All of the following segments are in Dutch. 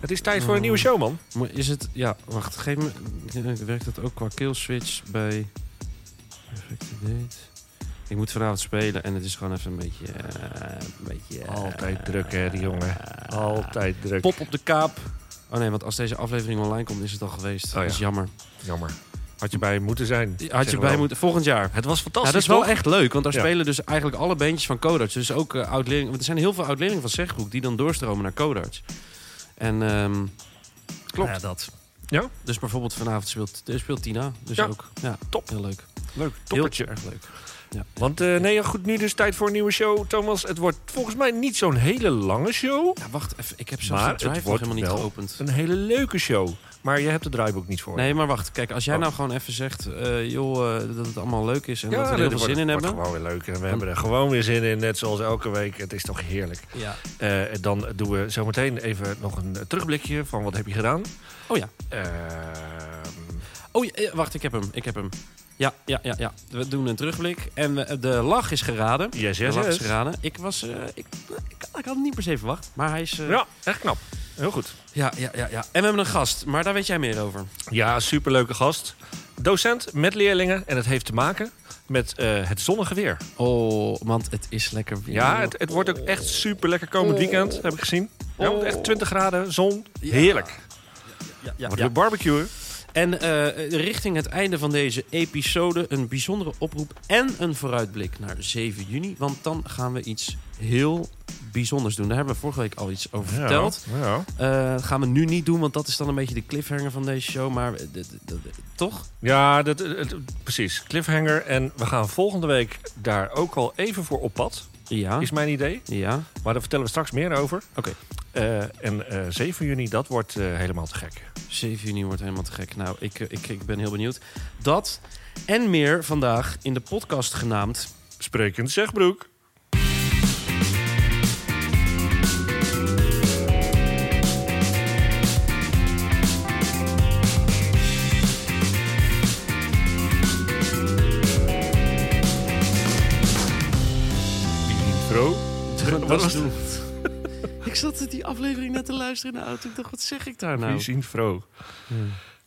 Het is tijd voor een nieuwe show, man. Maar Is het... Ja, wacht. Geef me... eh, Werkt dat ook qua killswitch bij... Perfect date. Ik moet vanavond spelen en het is gewoon even een beetje... eh, een beetje eh, Altijd druk, hè, die jongen. Altijd druk. Pop op de kaap. Oh nee, want als deze aflevering online komt, is het al geweest. Oh ja. Dat is jammer. Jammer. Had je bij moeten zijn. Had je Zeggen bij wel. moeten... Volgend jaar. Het was Ja, fantastisch, dat is wel toch? echt leuk, want daar Ja. spelen dus eigenlijk alle bandjes van Codarts. Dus ook eh oud-leerlingen. Want er zijn heel veel oud-leerlingen van Zegbroek die dan doorstromen naar Codarts. En ehm, klopt. Ja, dat. dus bijvoorbeeld vanavond speelt, eh, speelt Tina. Dus Ja. ook. Ja, Top. Heel leuk. Leuk, Heel toppertje. erg leuk. Want eh, nee, ja, goed, nu dus tijd voor een nieuwe show, Thomas. Het wordt volgens mij niet zo'n hele lange show. Ja, wacht even. Ik heb zelfs Maar de drive het nog wordt helemaal niet wel- geopend. Een hele leuke show. Maar je hebt het draaiboek niet voor. Nee, maar wacht. Kijk, als jij Oh. nou gewoon even zegt... eh, joh, eh, dat het allemaal leuk is en dat we er nee, heel veel wordt- zin in wordt hebben. Hm. gewoon weer leuk. En we hebben er gewoon weer zin in, net zoals elke week. Het is toch heerlijk. Ja. Eh, en dan doen we zometeen even nog een eh, terugblikje van wat heb je gedaan. Oh ja. Ehm, Oh, ja, eh, wacht. Ik heb hem. Ik heb hem. Ja, ja, ja, ja. We doen een terugblik. En eh, de lach is geraden. yes, Ja, yes, dat yes. is geraden. Ik was... eh, ik, ik, ik had het niet per se verwacht. Maar hij is... eh, Ja, echt knap. Heel goed. ja, ja, ja, ja. En we hebben een gast. Maar daar weet jij meer over. Ja, superleuke gast. Docent met leerlingen. En het heeft te maken met eh, het zonnige weer. Oh, want het is lekker weer. Ja, het, het wordt ook echt super lekker komend weekend, Oh. heb ik gezien. Ja, want echt 20 graden, zon. Heerlijk. Ja, ja, Wordt ja. weer barbecue. En eh, richting het einde van deze episode een bijzondere oproep en een vooruitblik naar 7 juni. Want dan gaan we iets heel bijzonders doen. Daar hebben we vorige week al iets over verteld. Ja. Eh, dat gaan we nu niet doen, want dat is dan een beetje de cliffhanger van deze show. Maar eh, dit- dit- dit- toch? Ja, dat, het- het- precies. Cliffhanger. En we gaan volgende week daar ook al even voor op pad, Ja. is mijn idee. Ja. Maar daar vertellen we straks meer over. Ah. Oké. Eh, en eh 7 juni, dat wordt eh, helemaal te gek. 7 juni wordt helemaal te gek. Nou, ik, eh, ik, ik ben heel benieuwd. Dat en meer vandaag in de podcast genaamd. Sprekend Zegbroek. Die intro. Wat Dat was is doen. ik zat die aflevering net te luisteren in de auto. Ik dacht, wat zeg ik daar nou? Die intro.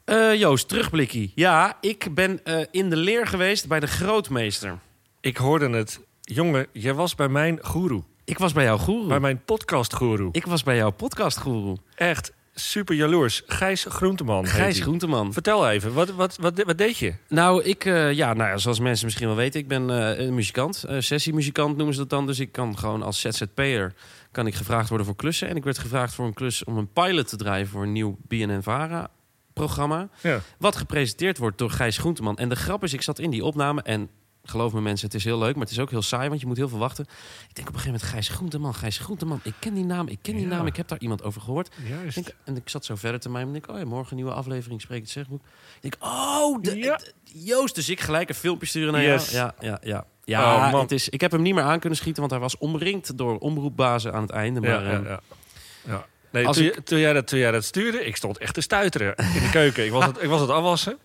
Eh, Joost, terugblikkie. Ja, ik ben eh, in de leer geweest bij de grootmeester. Ik hoorde het. Jongen, jij was bij mijn guru. Ik was bij jouw Bij goeroe. mijn podcastguru. Ik was bij jouw podcastgoeroe. Echt super jaloers. Gijs Groenteman. heet Gijs hij. Groenteman. Vertel even, wat, wat, wat, wat deed je? Nou, ik, eh, ja, nou ja, zoals mensen misschien wel weten, ik ben eh, een muzikant. Eh, sessiemuzikant noemen ze dat dan. Dus ik kan gewoon als ZZP'er kan ik gevraagd worden voor klussen. En ik werd gevraagd voor een klus om een pilot te draaien voor een nieuw BNNVARA-programma. Ja. Wat gepresenteerd wordt door Gijs Groenteman. En de grap is, ik zat in die opname en geloof me mensen, het is heel leuk, maar het is ook heel saai, want je moet heel veel wachten. Ik denk op een gegeven moment, Gijs Groenteman, Gijs Groenteman, ik ken die naam, ik ken die Ja. naam, ik heb daar iemand over gehoord. Juist. Ik denk- en ik zat zo verder te mij en denk, oh ja, morgen een nieuwe aflevering spreek het zegboek. Ik denk, oh, de, Ja. de- Joost, dus ik gelijk een filmpje sturen naar Yes. jou. Ja, ja, ja. Ja, Oh, man. het is, ik heb hem niet meer aan kunnen schieten, want hij was omringd door omroepbazen aan het einde. Maar, Ja, eh, ja, ja. Ja. Nee, Als toen, ik- ehm, je- toen jij dat, toen jij dat stuurde, ik stond echt te stuiteren in de keuken. Ik was het, ik was het afwassen.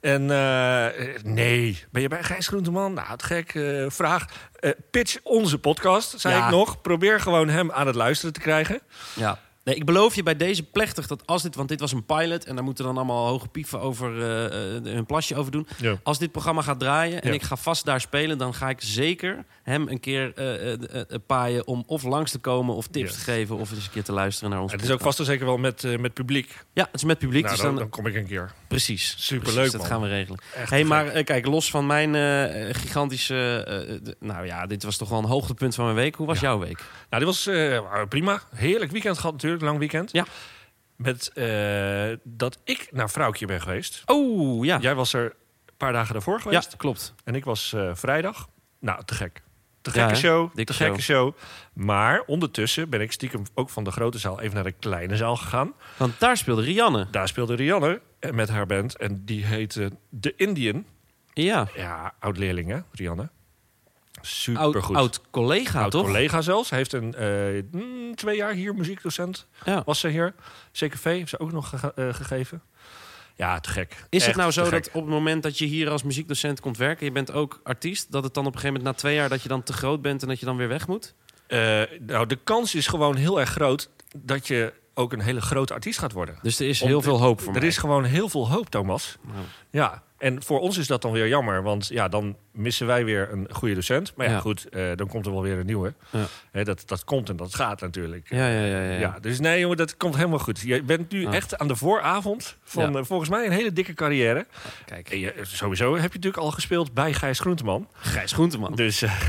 En eh, eh, nee, ben je bij Gijs Groenteman? Nou, het gek. eh, vraag, Eh, pitch onze podcast, zei Ja. ik nog. Probeer gewoon hem aan het luisteren te krijgen. Ja. Nee, ik beloof je bij deze plechtig dat als dit... Want dit was een pilot en daar moeten dan allemaal hoge pieven over... eh, eh, hun plasje over doen. Ja. Als dit programma gaat draaien en Ja. ik ga vast daar spelen... dan ga ik zeker hem een keer eh, eh, eh, eh, paaien om of langs te komen... of tips Yes. te geven of eens een keer te luisteren naar ons. Het is ook vast en zeker wel met, eh, met publiek. Ja, het is met publiek, Nou, dus dan, dan, dan kom ik een keer. precies. Superleuk, Precies, dat man. gaan we regelen. Echt hey, te maar gek. eh, kijk, los van mijn eh, gigantische... eh, d- nou ja, dit was toch wel een hoogtepunt van mijn week. Hoe was jouw week? Nou, dit was eh, prima. Heerlijk weekend gehad natuurlijk, lang weekend. Ja. Met eh, dat ik naar Vrouwkje ben geweest. Oh, ja. Ja, Jij was er een paar dagen daarvoor geweest. klopt. En ik was eh, vrijdag. Nou, te gek. Te Ja, gekke hè? show. Dikke te gekke show. Maar ondertussen ben ik stiekem ook van de grote zaal even naar de kleine zaal gegaan. Want daar speelde Rianne. Daar speelde Rianne eh, met haar band. En die heette The Indian. Ja. Ja, oud-leerling hè, Rianne. oud, Supergoed. oud collega, toch? collega zelfs. Hij Heeft een eh, mm, twee jaar hier muziekdocent. Ja. Was ze hier. CKV heeft ze ook nog gege- eh, gegeven. Ja, te gek. Is Echt het nou te zo gek. dat op het moment dat je hier als muziekdocent komt werken, je bent ook artiest, dat het dan op een gegeven moment na twee jaar dat je dan te groot bent en dat je dan weer weg moet? Eh, nou, de kans is gewoon heel erg groot dat je ook een hele grote artiest gaat worden. Dus er is Om- heel veel hoop voor Er mij. is gewoon heel veel hoop, Thomas. Nou, Ja, en voor ons is dat dan weer jammer. Want ja, dan missen wij weer een goede docent. Maar ja, Ja. goed, eh, dan komt er wel weer een nieuwe. Ja. Hè, dat, dat komt en dat gaat natuurlijk. Ja, ja, ja. ja, Ja. ja. dus nee jongen, dat komt helemaal goed. Je bent nu Ja. echt aan de vooravond van Ja. eh, volgens mij een hele dikke carrière. Kijk, En je, eh, sowieso heb je natuurlijk al gespeeld bij Gijs Groenteman. Gijs Groenteman. Dus eh,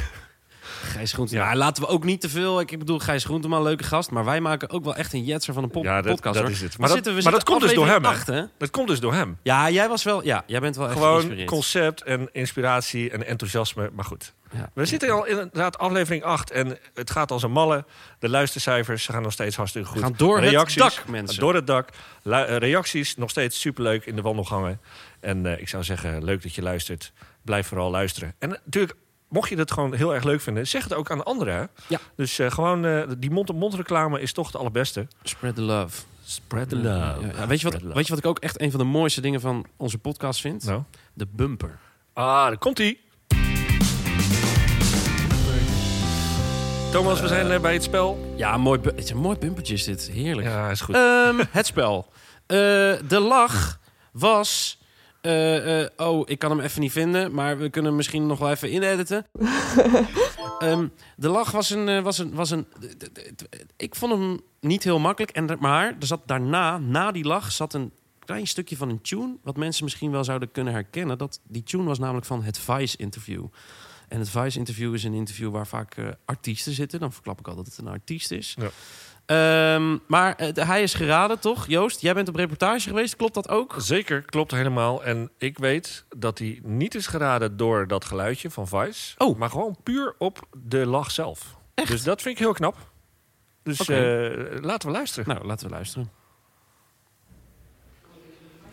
Gijs Groenteman. Ja, laten we ook niet te veel... Ik bedoel, Gijs Groenteman, leuke gast. Maar wij maken ook wel echt een jetser van een pop- Ja, dat- podcast. dat hoor. is het. We Maar dat- zitten- we maar dat zitten komt dus door hem, hè? aflevering acht, hè? dat komt dus door hem. Ja, jij was wel... Ja, jij bent wel echt Gewoon geïnspireerd. concept en inspiratie en enthousiasme. Maar goed, Ja. we zitten al inderdaad aflevering 8 en het gaat als een malle. De luistercijfers gaan nog steeds hartstikke goed. Gaan door het Reacties, dak, mensen. Door het dak. Lu- eh, reacties nog steeds superleuk in de wandelgangen. En eh, ik zou zeggen, leuk dat je luistert. Blijf vooral luisteren. En natuurlijk, mocht je dat gewoon heel erg leuk vinden, zeg het ook aan anderen. hè? Ja. Dus eh, gewoon eh, die mond-op-mond reclame is toch de allerbeste. Spread the love. Spread Ja, ja. Weet, je wat, weet je wat ik ook echt een van de mooiste dingen van onze podcast vind? Nou. De bumper. Ah, daar komt ie. Thomas, we zijn eh, bij het spel. Ja, mooi, bu- het is een mooi bumpertje is dit. Heerlijk. Ja, is goed. Ehm, het spel. Eh, de lach was... eh, eh, oh, ik kan hem even niet vinden, maar we kunnen hem misschien nog wel even inediten. Ehm, de lach was een, eh, was een, was een. d- d- d- Ik vond hem niet heel makkelijk, en, er- maar er zat daarna, na die lach, zat een klein stukje van een tune, wat mensen misschien wel zouden kunnen herkennen. Dat die tune was namelijk van het Vice interview. En het Vice interview is een interview waar vaak eh, artiesten zitten. Dan verklap ik al dat het een artiest is. Ja. Ehm, maar eh, hij is geraden, toch? Joost, jij bent op reportage geweest, klopt dat ook? Eh, Zeker, klopt helemaal. En ik weet dat hij niet is geraden door dat geluidje van Vice. Oh. Maar gewoon puur op de lach zelf. Dus dat vind ik heel knap. Dus Oké. eh, laten we luisteren. Nou, laten we luisteren.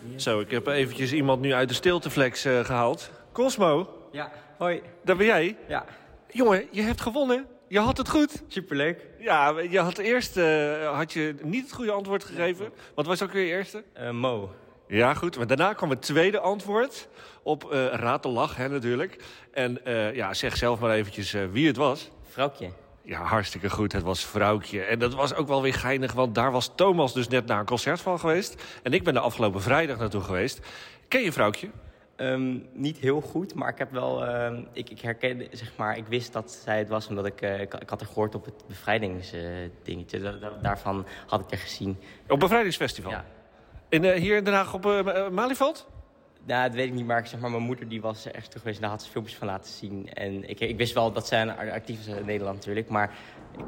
Nou, Zo, ik heb eventjes iemand nu uit de stilteflex eh, gehaald. Cosmo, Ja, hoi. daar ben jij. Ja, Jongen, je hebt gewonnen. Je had het goed. superleuk. Ja, je had eerst eh, had je niet het goede antwoord gegeven. Wat was ook weer je eerste? Eh, Mo. Ja, goed. Maar daarna kwam het tweede antwoord op eh raad de lach, hè, natuurlijk. En eh, ja, zeg zelf maar eventjes eh, wie het was. Vrouwtje. Ja, hartstikke goed. Het was Vrouwtje. En dat was ook wel weer geinig, want daar was Thomas dus net naar een concert van geweest. En ik ben de afgelopen vrijdag naartoe geweest. Ken je Vrouwtje? Ehm, niet heel goed, maar ik heb wel. ehm, ik, ik herkende, zeg maar, ik wist dat zij het was omdat ik. eh, ik, ik had haar gehoord op het bevrijdingsdingetje. daarvan had ik haar gezien. Op bevrijdingsfestival. Ja. En eh, hier in Den Haag op eh, Ma- eh, Malieveld? Nou, dat weet ik niet, maar, zeg maar mijn moeder die was er echt toe geweest en daar had ze filmpjes van laten zien. En ik, ik wist wel dat zij een ar- actief is in Nederland natuurlijk, maar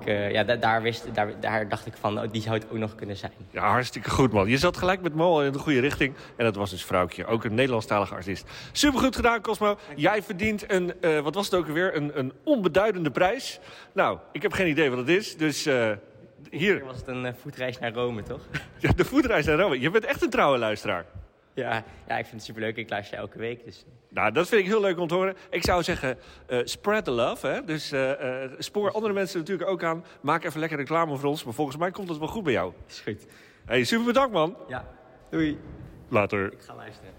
ik, eh, ja, da- daar, wist, daar, daar dacht ik van, oh, die zou het ook nog kunnen zijn. Ja, hartstikke goed, man. Je zat gelijk met Mo al in de goede richting. En dat was dus Vrouwtje, ook een Nederlandstalige artiest. Supergoed gedaan, Cosmo. Jij verdient een, eh, wat was het ook alweer, een, een onbeduidende prijs. Nou, ik heb geen idee wat het is, dus eh, hier, Hier was het een eh, voetreis naar Rome, toch? Ja, de voetreis naar Rome. Je bent echt een trouwe luisteraar. ja, ja, ik vind het superleuk. Ik luister elke week, dus Nou, dat vind ik heel leuk om te horen. Ik zou zeggen, eh, spread the love. Hè? Dus eh, eh, spoor andere mensen natuurlijk ook aan. Maak even lekker reclame voor ons. Maar volgens mij komt dat wel goed bij jou. is goed. Hey, super bedankt, man. Ja, doei. Later. Ik ga luisteren.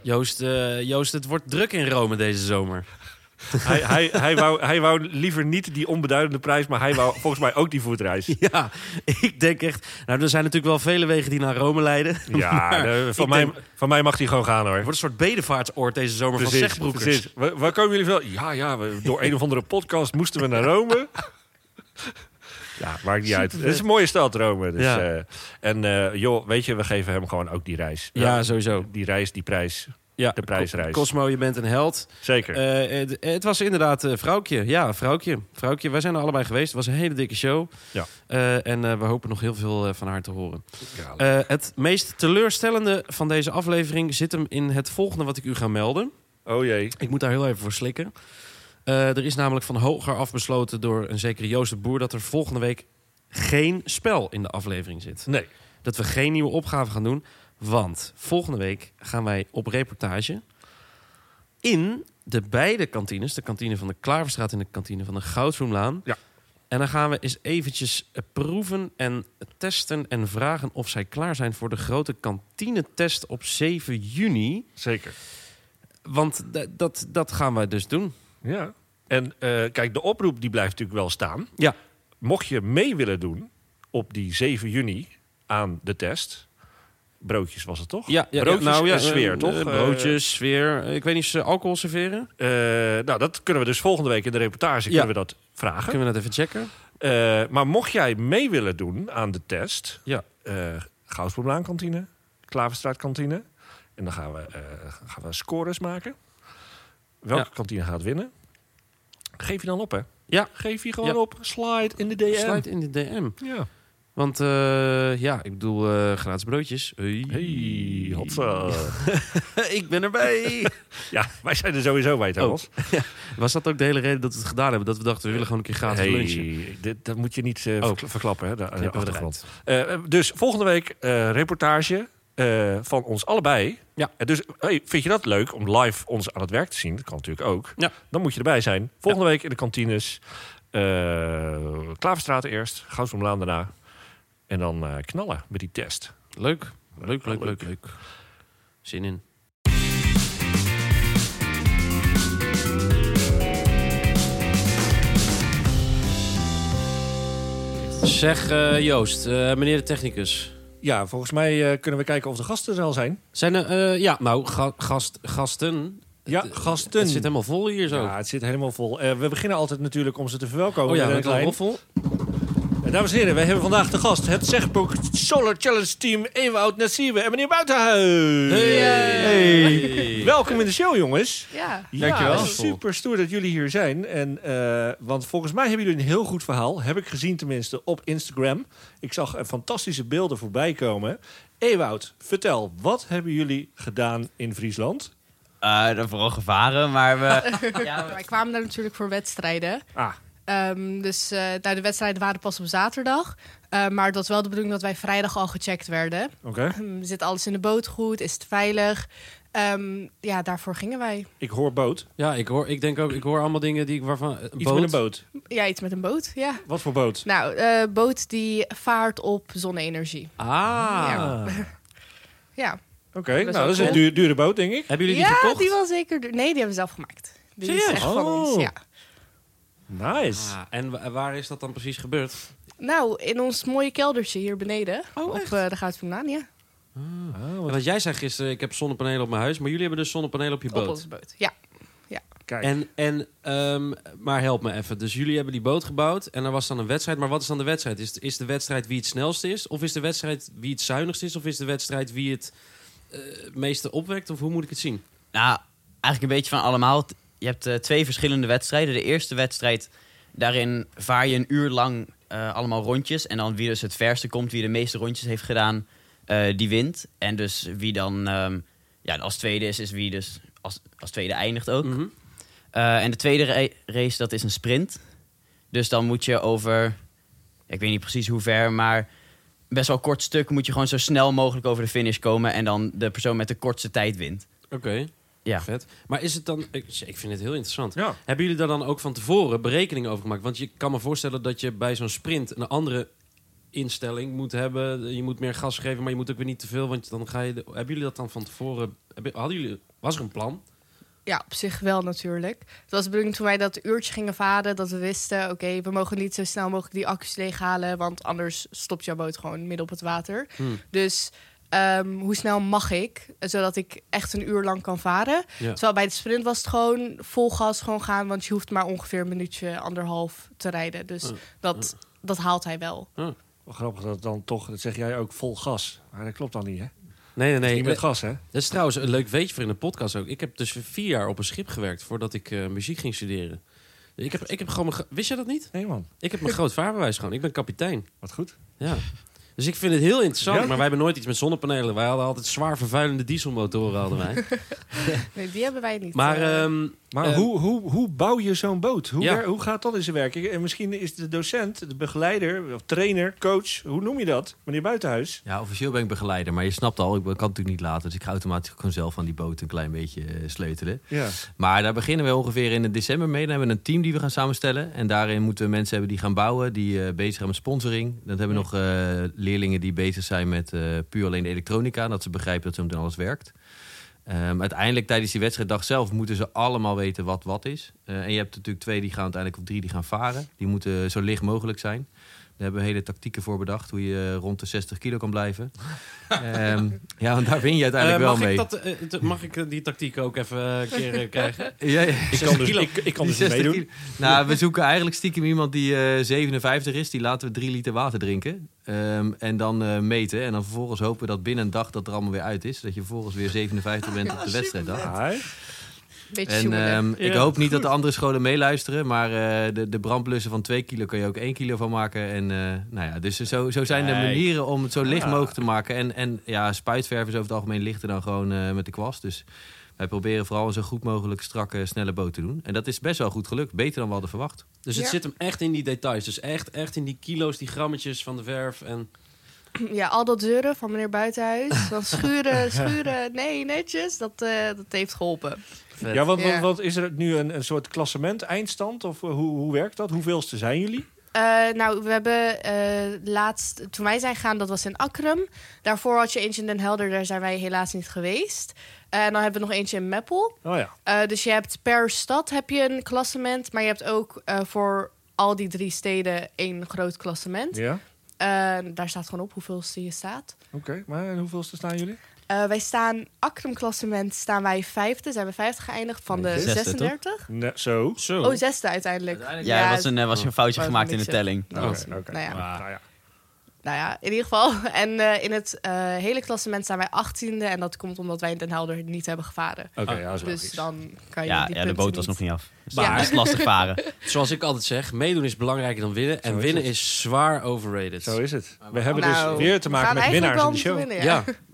Joost, eh, Joost, het wordt druk in Rome deze zomer. Hij, hij, hij, wou, hij wou liever niet die onbeduidende prijs, maar hij wou volgens mij ook die voetreis. Ja, ik denk echt. Nou, er zijn natuurlijk wel vele wegen die naar Rome leiden. Ja, eh, van, ik mij, denk- van mij mag hij gewoon gaan hoor. Het wordt een soort bedevaartsoord deze zomer van zegbroekers. precies. Waar, waar komen jullie van? Ja, ja, we- door een of andere podcast moesten we naar Rome. Ja, maakt niet uit. Het is een mooie stad, Rome. Dus, Ja. eh, en eh, joh, weet je, we geven hem gewoon ook die reis. Ja, sowieso. Die reis, die prijs. Ja, De prijsreis. Cosmo, je bent een held. Zeker. Eh, het, het was inderdaad eh Vrouwtje. Ja, Vrouwtje. Vrouwtje, wij zijn er allebei geweest. Het was een hele dikke show. Ja. Eh, en eh, we hopen nog heel veel eh, van haar te horen. Eh, het meest teleurstellende van deze aflevering zit hem in het volgende wat ik u ga melden. oh jee. Ik moet daar heel even voor slikken. Eh, er is namelijk van hoger af besloten door een zekere Joost de Boer... dat er volgende week geen spel in de aflevering zit. Nee. Dat we geen nieuwe opgave gaan doen. Want volgende week gaan wij op reportage in de beide kantines. De kantine van de Klaverstraat en de kantine van de Goudsroomlaan. Ja. En dan gaan we eens eventjes eh, proeven en testen en vragen of zij klaar zijn voor de grote kantinetest op 7 juni. Zeker. Want d- dat, dat gaan wij dus doen. Ja. En eh, kijk, de oproep die blijft natuurlijk wel staan. Ja. Mocht je mee willen doen, op die 7 juni aan de test. Broodjes was het toch? Ja, ja, broodjes ja, nou, ja, en sfeer, eh, toch? eh, broodjes, sfeer. Eh, Ik weet niet, ze alcohol serveren? Eh, eh, nou, dat kunnen we dus volgende week in de reportage Ja. kunnen we dat vragen. Kunnen we dat even checken? Eh, maar mocht jij mee willen doen aan de test, Ja. eh Goudsbloemlaan-kantine, Klaverstraat-kantine. En dan gaan we, eh, gaan we scores maken. Welke Ja. kantine gaat winnen? Geef je dan op, hè? Ja. Geef je gewoon Ja. op. Slide in de DM. Sluit in de DM. Ja. Want eh, ja, ik bedoel, eh gratis broodjes. Hey. Hey, hotza. ik ben erbij. ja, wij zijn er sowieso bij trouwens. Was dat ook de hele reden dat we het gedaan hebben? Dat we dachten, we willen gewoon een keer gratis Hey, lunchen. dit, dat moet je niet eh, Oh. verkla- verklappen, hè? De, de Knippen we achtergrond. Eh, dus volgende week eh, reportage eh, van ons allebei. Ja. En dus hey, vind je dat leuk om live ons aan het werk te zien? Dat kan natuurlijk ook. Ja. Dan moet je erbij zijn. Volgende week in de kantines. eh Klaverstraat eerst, Goudsbloemlaan daarna. En dan eh, knallen met die test. Leuk. Leuk, leuk, leuk, leuk. Zin in. Zeg eh, Joost, eh, meneer de technicus. Ja, volgens mij eh, kunnen we kijken of de gasten er al zijn. Zijn er, eh, ja, nou, ga- gast, gasten. Ja, Het- gasten. Het zit helemaal vol hier zo. Ja, het zit helemaal vol. Eh, we beginnen altijd natuurlijk om ze te verwelkomen. oh ja, met een met een klein- roffel. Eh, Dames en heren, wij hebben vandaag de gast het Zegboek Solar Challenge Team Ewout Nassiwe en meneer Buitenhuis. Welkom in de show, jongens. Ja. dus- Dankjewel. super stoer dat jullie hier zijn. En, eh, want volgens mij hebben jullie een heel goed verhaal. Heb ik gezien tenminste op Instagram. Ik zag eh, fantastische beelden voorbij komen. Ewout, vertel, wat hebben jullie gedaan in Friesland? Eh, dan vooral gevaren, maar we... Wij kwamen daar natuurlijk voor wedstrijden. Ah, Ehm, dus eh, nou, de wedstrijden waren pas op zaterdag. Eh, maar dat was wel de bedoeling dat wij vrijdag al gecheckt werden. oké. Ehm, Zit alles in de boot goed? Is het veilig? Ehm, ja, daarvoor gingen wij. Ik hoor boot. Ja, ik hoor, ik denk ook, ik hoor allemaal dingen die ik waarvan. eh, Iets met een boot. Ja, iets met een boot, ja. Wat voor boot? Nou, eh, boot die vaart op zonne-energie. Ah. Ja. Ja. Ah. Oké, Dat is nou dat is wel een cool. duur- dure boot, denk ik. Hebben jullie die ja, gekocht? die was zeker... duur. Nee, die hebben we zelf gemaakt. Die Serieus? is echt van ons, Oh. ja. Nice. Ah, en wa- waar is dat dan precies gebeurd? Nou, in ons mooie keldertje hier beneden. Oh, op eh, de Goudvindlaan, ja. Ah, wat- Want jij zei gisteren, ik heb zonnepanelen op mijn huis, maar jullie hebben dus zonnepanelen op je Op boot. onze boot, ja. Kijk. En, en, ehm, maar help me even. Dus jullie hebben die boot gebouwd en er was dan een wedstrijd. Maar wat is dan de wedstrijd? Is, is de wedstrijd wie het snelst is? Of is de wedstrijd wie het zuinigst is? Of is de wedstrijd wie het eh, meeste opwekt? Of hoe moet ik het zien? nou, eigenlijk een beetje van allemaal. T- Je hebt eh, twee verschillende wedstrijden. De eerste wedstrijd, daarin vaar je een uur lang eh, allemaal rondjes. En dan wie dus het verste komt, wie de meeste rondjes heeft gedaan, eh, die wint. En dus wie dan ehm, ja, als tweede is, is wie dus als, als tweede eindigt ook. Mhm. Eh, en de tweede ra- race, dat is een sprint. Dus dan moet je over, ik weet niet precies hoe ver, maar best wel kort stuk moet je gewoon zo snel mogelijk over de finish komen. En dan de persoon met de kortste tijd wint. Oké, Ja. vet. Maar is het dan... Ik, ik vind het heel interessant. ja. Hebben jullie daar dan ook van tevoren berekeningen over gemaakt? Want je kan me voorstellen dat je bij zo'n sprint een andere instelling moet hebben. Je moet meer gas geven, maar je moet ook weer niet te veel. Want dan ga je. de- Hebben jullie dat dan van tevoren? hebben- Hadden jullie, was er een plan? Ja, op zich wel natuurlijk. Het was de bedoeling toen wij dat uurtje gingen varen... dat we wisten, oké, we mogen niet zo snel mogelijk die accu's leeghalen... want anders stopt jouw boot gewoon midden op het water. Hmm. Dus ehm, hoe snel mag ik, zodat ik echt een uur lang kan varen? Ja. Terwijl bij de sprint was het gewoon vol gas gewoon gaan... want je hoeft maar ongeveer een minuutje, anderhalf te rijden. Dus Hmm. dat, dat haalt hij wel. Wel grappig dat het dan toch, dat zeg jij ook vol gas. Maar dat klopt dan niet, hè? Nee, Eh, nee, Nee, nee. niet met gas, hè? Dat is trouwens een leuk weetje voor in de podcast ook. Ik heb dus vier jaar op een schip gewerkt voordat ik eh, muziek ging studeren. Ik heb, ik heb gewoon mijn, gro- Wist je dat niet? Nee, man. Ik heb mijn groot vaarbewijs gewoon. Ik ben kapitein. Wat goed. Ja. Dus ik vind het heel interessant. Ja? Maar wij hebben nooit iets met zonnepanelen. Wij hadden altijd zwaar vervuilende dieselmotoren. Hadden wij. Nee, die hebben wij niet. Maar eh, ehm, Maar Eh, hoe, hoe, hoe bouw je zo'n boot? Hoe, Ja. wer- hoe gaat dat in zijn werking? En misschien is de docent, de begeleider, of trainer, coach, hoe noem je dat? Meneer Buitenhuis. Ja, officieel ben ik begeleider, maar je snapt al, ik ben- kan het natuurlijk niet laten. Dus ik ga automatisch gewoon zelf aan die boot een klein beetje eh, sleutelen. Ja. Maar daar beginnen we ongeveer in december mee. Dan hebben we een team die we gaan samenstellen. En daarin moeten we mensen hebben die gaan bouwen, die eh, bezig zijn met sponsoring. Dan hebben we nog eh, leerlingen die bezig zijn met eh, puur alleen de elektronica. Dat ze begrijpen dat zo meteen alles werkt. Ehm, uiteindelijk tijdens die wedstrijddag zelf moeten ze allemaal weten wat wat is. Eh, en je hebt natuurlijk twee die gaan uiteindelijk, of drie die gaan varen. Die moeten zo licht mogelijk zijn. hebben we hele tactieken voor bedacht. Hoe je eh, rond de 60 kilo kan blijven. Ehm, ja, want daar win je Eh, mag, uiteindelijk wel ik mee. dat, eh, t- mag ik eh, die tactiek ook even eh, een keer eh, krijgen? Ja, ja. Ik kan dus, kilo. ik, ik kan dus Die niet 60 meedoen. kilo. Nou, we zoeken eigenlijk stiekem iemand die eh, 57 is. Die laten we 3 liter water drinken. Ehm, en dan eh, meten. En dan vervolgens hopen we dat binnen een dag dat er allemaal weer uit is. Dat je vervolgens weer 57 bent op de Ah, wedstrijddag. Hi. Beetje En zoemelen. ehm, ik Ja, hoop niet dat de andere scholen meeluisteren. Maar eh, de, de brandblussen van 2 kilo kan je ook 1 kilo van maken. En, eh, nou ja, dus zo, zo zijn de Kijk. manieren om het zo licht Ja. mogelijk te maken. En, en ja, spuitverf is over het algemeen lichter dan gewoon eh, met de kwast. Dus wij proberen vooral een zo goed mogelijk strakke, snelle boot te doen. En dat is best wel goed gelukt. Beter dan we hadden verwacht. Dus het Ja. zit hem echt in die details. Dus echt, echt in die kilo's, die grammetjes van de verf. En Ja, al dat zeuren van meneer Buitenhuis. Van schuren, schuren, nee, netjes. Dat, eh, dat heeft geholpen. Ja, want, want, Ja. want is er nu een, een soort klassement, eindstand? Of eh, hoe, hoe werkt dat? Hoeveelste zijn jullie? Eh, nou, we hebben eh, laatst, toen wij zijn gegaan, dat was in Akrum. Daarvoor had je eentje in Den Helder, daar zijn wij helaas niet geweest. Eh, en dan hebben we nog eentje in Meppel. Oh ja. Eh, dus je hebt per stad heb je een klassement, maar je hebt ook eh, voor al die drie steden één groot klassement. Ja, Eh, daar staat gewoon op hoeveelste je staat. oké. Maar en hoeveelste staan jullie? Eh, wij staan, Akrum-klassement staan wij vijfde, zijn we vijfde geëindigd van de Zesde, toch? 36. Nee, zo. zo. Oh, zesde uiteindelijk. Ja, er was een, eh, was een foutje wou gemaakt in de niks telling. Oké, Dat- oké. Nou ja. Nou ja. Nou ja, in ieder geval. En eh, in het eh, hele klassement staan wij 18e. En dat komt omdat wij in Den Helder niet hebben gevaren. Oké, ja, dat is Dus logisch. dan kan je. Ja, die ja, de punten boot was nog niet af. Dus Maar- dat is lastig varen. Zoals ik altijd zeg, meedoen is belangrijker dan winnen. En Zo is winnen het. is zwaar overrated. Zo is het. We hebben Nou, dus weer te we maken gaan met eigenlijk winnaars wel in de show. moeten winnen,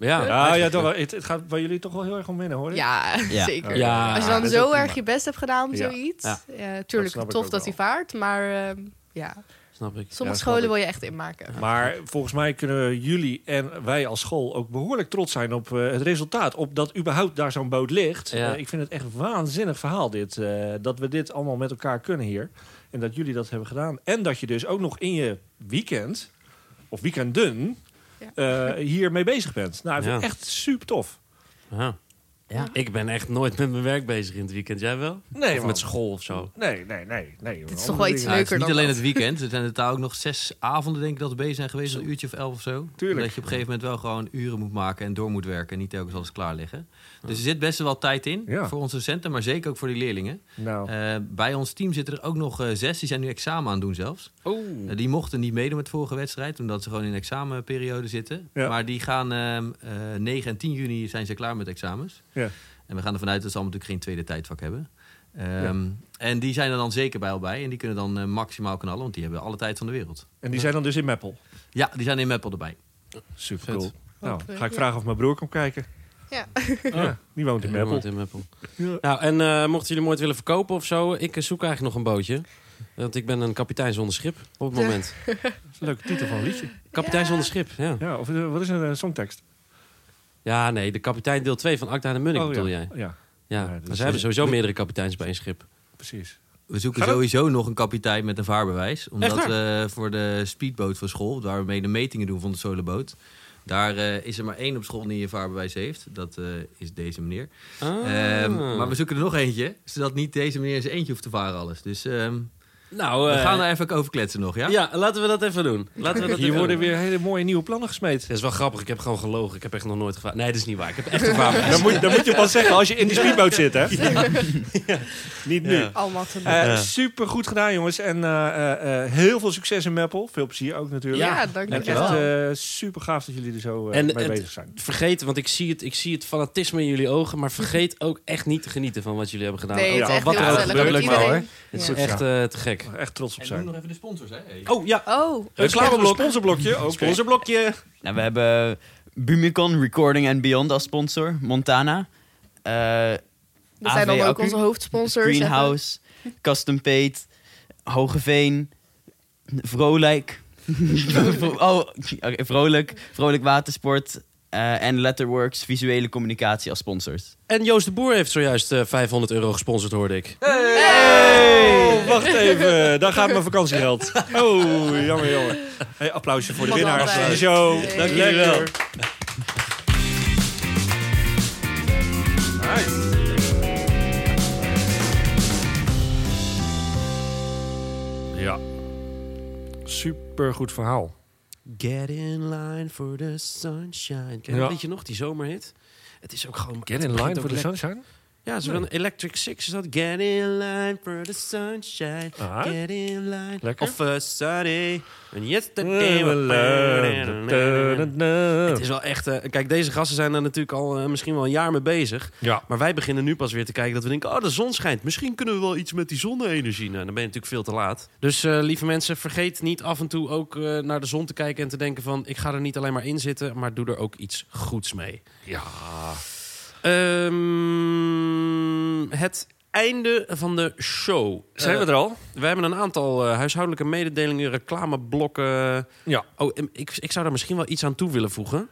Ja, ja. ja. Ja, ja, toch wel. Het, het gaat bij jullie toch wel heel erg om winnen, hoor. ik. Ja, Ja. zeker. Ja. Als dat je dan is ook zo prima. erg je best hebt gedaan om Ja. zoiets. Ja. eh, Dat tuurlijk, snap ik tof ook dat wel. hij vaart. Maar ehm, ja, Snap ik. sommige snap scholen ik. wil je echt inmaken. Maar volgens mij kunnen jullie en wij als school ook behoorlijk trots zijn op eh, het resultaat. Op dat überhaupt daar zo'n boot ligt. Ja. Eh, ik vind het echt een waanzinnig verhaal dit. eh, dat we dit allemaal met elkaar kunnen hier. En dat jullie dat hebben gedaan. En dat je dus ook nog in je weekend, of weekenden, eh hiermee bezig bent. Nou, ik vind Ja. het echt super tof. Ja. Ja. Ik ben echt nooit met mijn werk bezig in het weekend. Jij wel? Nee, of man. met school of zo. Nee, nee, nee. nee Dit is toch wel iets Nou, het is leuker niet dan alleen dat. het weekend. Er zijn in totaal ook nog zes avonden denk ik dat we bezig zijn geweest. Een uurtje of elf of zo. Tuurlijk. Dat je op een gegeven moment wel gewoon uren moet maken en door moet werken. En niet telkens alles klaar liggen. Dus er zit best wel wat tijd in. Ja. Voor onze docenten, maar zeker ook voor die leerlingen. Nou, Eh, bij ons team zitten er ook nog eh, zes. Die zijn nu examen aan het doen zelfs. Oh. Eh, die mochten niet meedoen met de vorige wedstrijd. Omdat ze gewoon in examenperiode zitten. Ja. Maar die gaan ehm, eh, 9 en 10 juni zijn ze klaar met examens. Ja. En we gaan ervan uit dat ze allemaal natuurlijk geen tweede tijdvak hebben. Ehm, En die zijn er dan zeker bij al bij. En die kunnen dan eh, maximaal knallen. Want die hebben alle tijd van de wereld. en die zijn dan dus in Meppel. Ja, die zijn in Meppel erbij. Super cool. Nou, Leuk, ga ik eh, ja. vragen of mijn broer komt kijken. Ja. Ja, die woont in Meppel. in Meppel. Ja. Nou, en eh, mochten jullie mooi willen verkopen of zo, ik eh, zoek eigenlijk nog een bootje. Want ik ben een kapitein zonder schip op het Ja. moment. Leuke titel van een liedje. Kapitein Ja. zonder schip, ja. Ja, of eh, wat is een eh, songtekst? Ja, nee, de kapitein deel 2 van Acta en de Munnik Oh, bedoel Oh, ja. jij. Ja, Ja, Ja, maar dat ze is- hebben sowieso meerdere kapiteins bij een schip. precies. We zoeken Gaat het? sowieso nog een kapitein met een vaarbewijs. Omdat Echt we voor de speedboot van school, waar we mee de metingen doen van de soloboot. Daar eh, is er maar één op school die een vaarbewijs heeft. Dat eh, is deze meneer. Ah. Ehm, maar we zoeken er nog eentje. Zodat niet deze meneer in zijn eentje hoeft te varen alles. Dus ehm, nou, we eh, gaan er even over kletsen nog, ja? ja? laten we dat even doen. Laten we dat Hier even worden doen. weer hele mooie nieuwe plannen gesmeed. Dat is wel grappig, ik heb gewoon gelogen. Ik heb echt nog nooit gevraagd. Nee, dat is niet waar. Ik heb echt een vaarbewijs. Dan moet, dan moet je pas zeggen als je in die speedboot zit, hè? Niet nu. Ja. Allemaal te doen. Eh, super goed gedaan, jongens. En eh, eh, eh, heel veel succes in Meppel. Veel plezier ook natuurlijk. ja, en dankjewel. echt Nou, eh, super gaaf dat jullie er zo eh, En mee het- bezig zijn. Vergeet, want ik zie, het, ik zie het fanatisme in jullie ogen, maar vergeet ook echt niet te genieten van wat jullie hebben gedaan. Nee, Ook het Ja, is echt wat heel er ook gezellig. gebeurt, Iedereen- maar hoor. Ja. Het is echt eh, te gek. Echt trots op zijn. even de sponsors, hè? Oh ja, Oh, Reclameblok. Sponsorblokje. Oké. sponsorblokje. Nou, we hebben Bumicon Recording and Beyond als sponsor. Montana. eh, dat zijn dan AV ook Accu, onze hoofdsponsors. Greenhouse. Custom Paid. Hogeveen. Vrolijk. oh, oké, vrolijk. Vrolijk Watersport. eh, en Letterworks Visuele Communicatie als sponsors. En Joost de Boer heeft zojuist eh, 500 euro gesponsord, hoorde ik. Oh, wacht even. Daar gaat mijn vakantiegeld. Oh, jammer, jammer. Hey, applausje voor de Mag winnaars altijd. van de show. Hey. Dank jullie wel. Ja. super goed verhaal. Get in line for the sunshine. Ken je- Ja. Weet je nog, die zomerhit? Het is ook gewoon... Get het in begint line ook voor the lekker. sunshine. Ja, zo van Electric Six is dat. Get in line for the sunshine. Ah. Get in line. Lekker. Eh, Of eh, Sunny. En yesterday. was- Het is Ja. wel echt... eh, kijk, deze gasten zijn daar natuurlijk al eh, misschien wel een jaar mee bezig. Maar wij beginnen nu pas weer te kijken dat we denken... oh, de zon schijnt. Misschien kunnen we wel iets met die zonne-energie. Nou, dan ben je natuurlijk veel te laat. Dus eh, lieve mensen, vergeet niet af en toe ook eh, naar de zon te kijken... en te denken van, ik ga er niet alleen maar in zitten... maar doe er ook iets goeds mee. ja. Ehm, het einde van de show. Zijn we Eh, er al? we hebben een aantal eh, huishoudelijke mededelingen, reclameblokken. Ja. Oh, en ik, ik zou daar misschien wel iets aan toe willen voegen.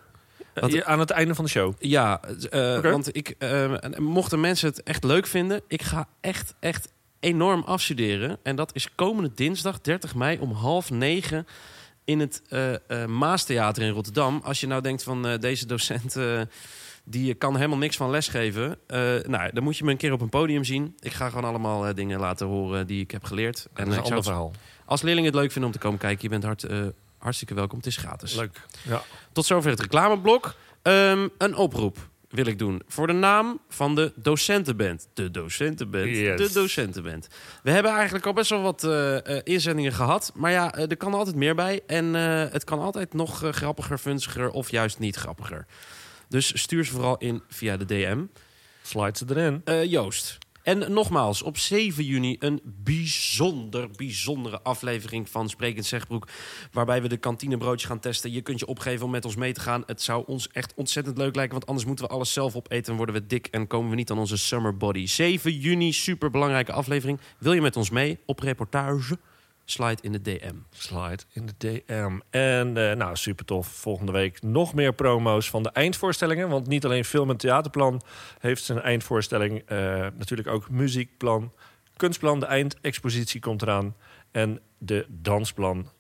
Want- Ja, Aan het einde van de show. Ja, eh, Oké. want ik, eh, en- en mochten mensen het echt leuk vinden, ik ga echt, echt enorm afstuderen. En dat is komende dinsdag 30 mei om half negen in het eh, eh, Maastheater in Rotterdam. Als je nou denkt van eh, deze docent, eh, die kan helemaal niks van lesgeven. eh, nou, dan moet je me een keer op een podium zien. Ik ga gewoon allemaal eh, dingen laten horen die ik heb geleerd. En eh, een ik zou ander het- verhaal. als leerlingen het leuk vinden om te komen kijken, je bent hart, eh, hartstikke welkom. Het is gratis. Leuk. Ja. Tot zover het reclameblok. Ehm, een oproep wil ik doen voor de naam van de docentenband. De docentenband. Yes. De docentenband. We hebben eigenlijk al best wel wat eh, eh, inzendingen gehad. Maar ja, eh, er kan altijd meer bij. En eh, het kan altijd nog eh, grappiger, funziger of juist niet grappiger. Dus stuur ze vooral in via de DM. Slide ze erin. Eh, Joost. En nogmaals, op 7 juni een bijzonder, bijzondere aflevering van Sprekend Zegbroek. Waarbij we de kantinebroodjes gaan testen. Je kunt je opgeven om met ons mee te gaan. Het zou ons echt ontzettend leuk lijken, want anders moeten we alles zelf opeten. En worden we dik en komen we niet aan onze summer body. 7 juni, super belangrijke aflevering. Wil je met ons mee op reportage? Slide in de DM. Slide in de DM. En eh, nou, super tof. Volgende week nog meer promo's van de eindvoorstellingen. Want niet alleen Film en Theaterplan heeft zijn eindvoorstelling. eh, natuurlijk ook Muziekplan, Kunstplan. De eindexpositie komt eraan. En de Dansplan.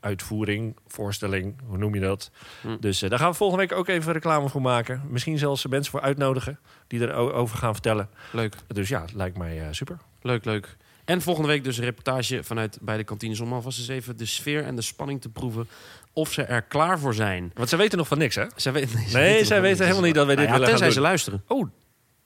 Einduitvoering, voorstelling, hoe noem je dat? Hm. Dus eh, daar gaan we volgende week ook even reclame voor maken. Misschien zelfs mensen voor uitnodigen die erover gaan vertellen. Leuk, Dus ja, het lijkt mij eh, super. leuk, leuk. En volgende week dus een reportage vanuit bij de kantines om alvast eens even de sfeer en de spanning te proeven of ze er klaar voor zijn. Want ze weten nog van niks, hè? Zij weten, nee, zij weten helemaal niet dat wij dit Nou ja, willen gaan Tenzij doen. ze luisteren. Oh,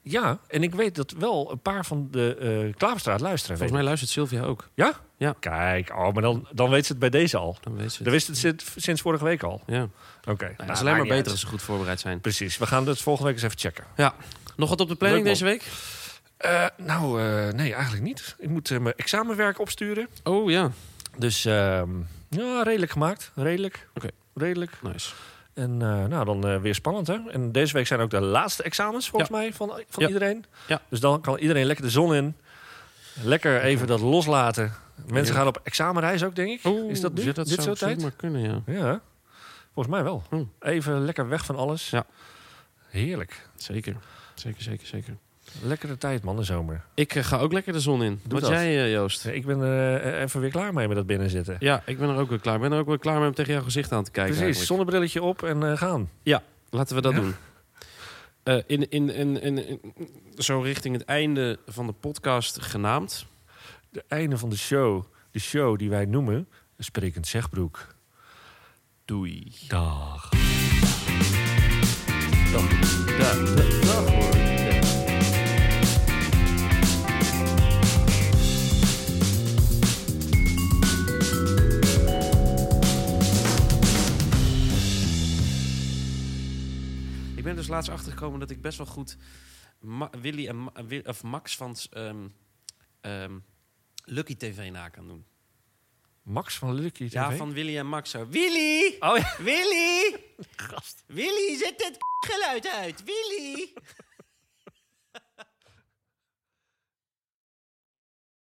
ja. En ik weet dat wel een paar van de eh Klaverstraat luisteren. Volgens mij luistert Sylvia ook. Ja? Ja. Kijk, oh, maar dan, dan weet ze het bij deze al. Dan weet ze Dan het. wist het sinds, sinds vorige week al. Ja. Nou, Oké. het Nou, is maakt alleen maar niet beter als uit. ze goed voorbereid zijn. Precies. We gaan dat volgende week eens even checken. Ja. Nog wat op de planning Leuk, deze week? Eh, nou, eh, nee, eigenlijk niet. Ik moet eh, mijn examenwerk opsturen. Oh ja. Dus ehm, ja, redelijk gemaakt. Redelijk. Oké. Redelijk. Nice. En eh, nou, dan eh, weer spannend, hè? En deze week zijn ook de laatste examens, volgens mij, van, van Ja. iedereen. Ja. Dus dan kan iedereen lekker de zon in. Lekker even dat loslaten. Mensen Ja. gaan op examenreis ook, denk ik. is dat nu? ja, dat Oh, dit zou soort tijd? zomaar kunnen, ja. Ja, volgens mij wel. Hm. Even lekker weg van alles. Ja. Heerlijk. Zeker. Zeker, zeker, zeker. Lekkere tijd, man, de zomer. Ik eh, ga ook lekker de zon in. wat dat. jij, eh, Joost? Ik ben er eh, even weer klaar mee met dat binnenzitten. Ja, ik ben er ook weer klaar. Ik ben er ook weer klaar met om tegen jouw gezicht aan te kijken. Precies, eigenlijk. zonnebrilletje op en eh, gaan. Laten we dat Ja. doen. Eh, in, in, in, in, in- zo richting het einde van de podcast genaamd. De einde van de show. De show die wij noemen Sprekend Zegbroek. Doei. Dag. Ik ben dus laatst achtergekomen dat ik best wel goed Ma- Willy en Ma- eh, Wi- of Max van ehm, ehm, Lucky TV na kan doen. Max van Lucky TV. Ja, van Willy en Max zo. Willy! Oh ja. Willy! Willy, zet het geluid uit. Willy!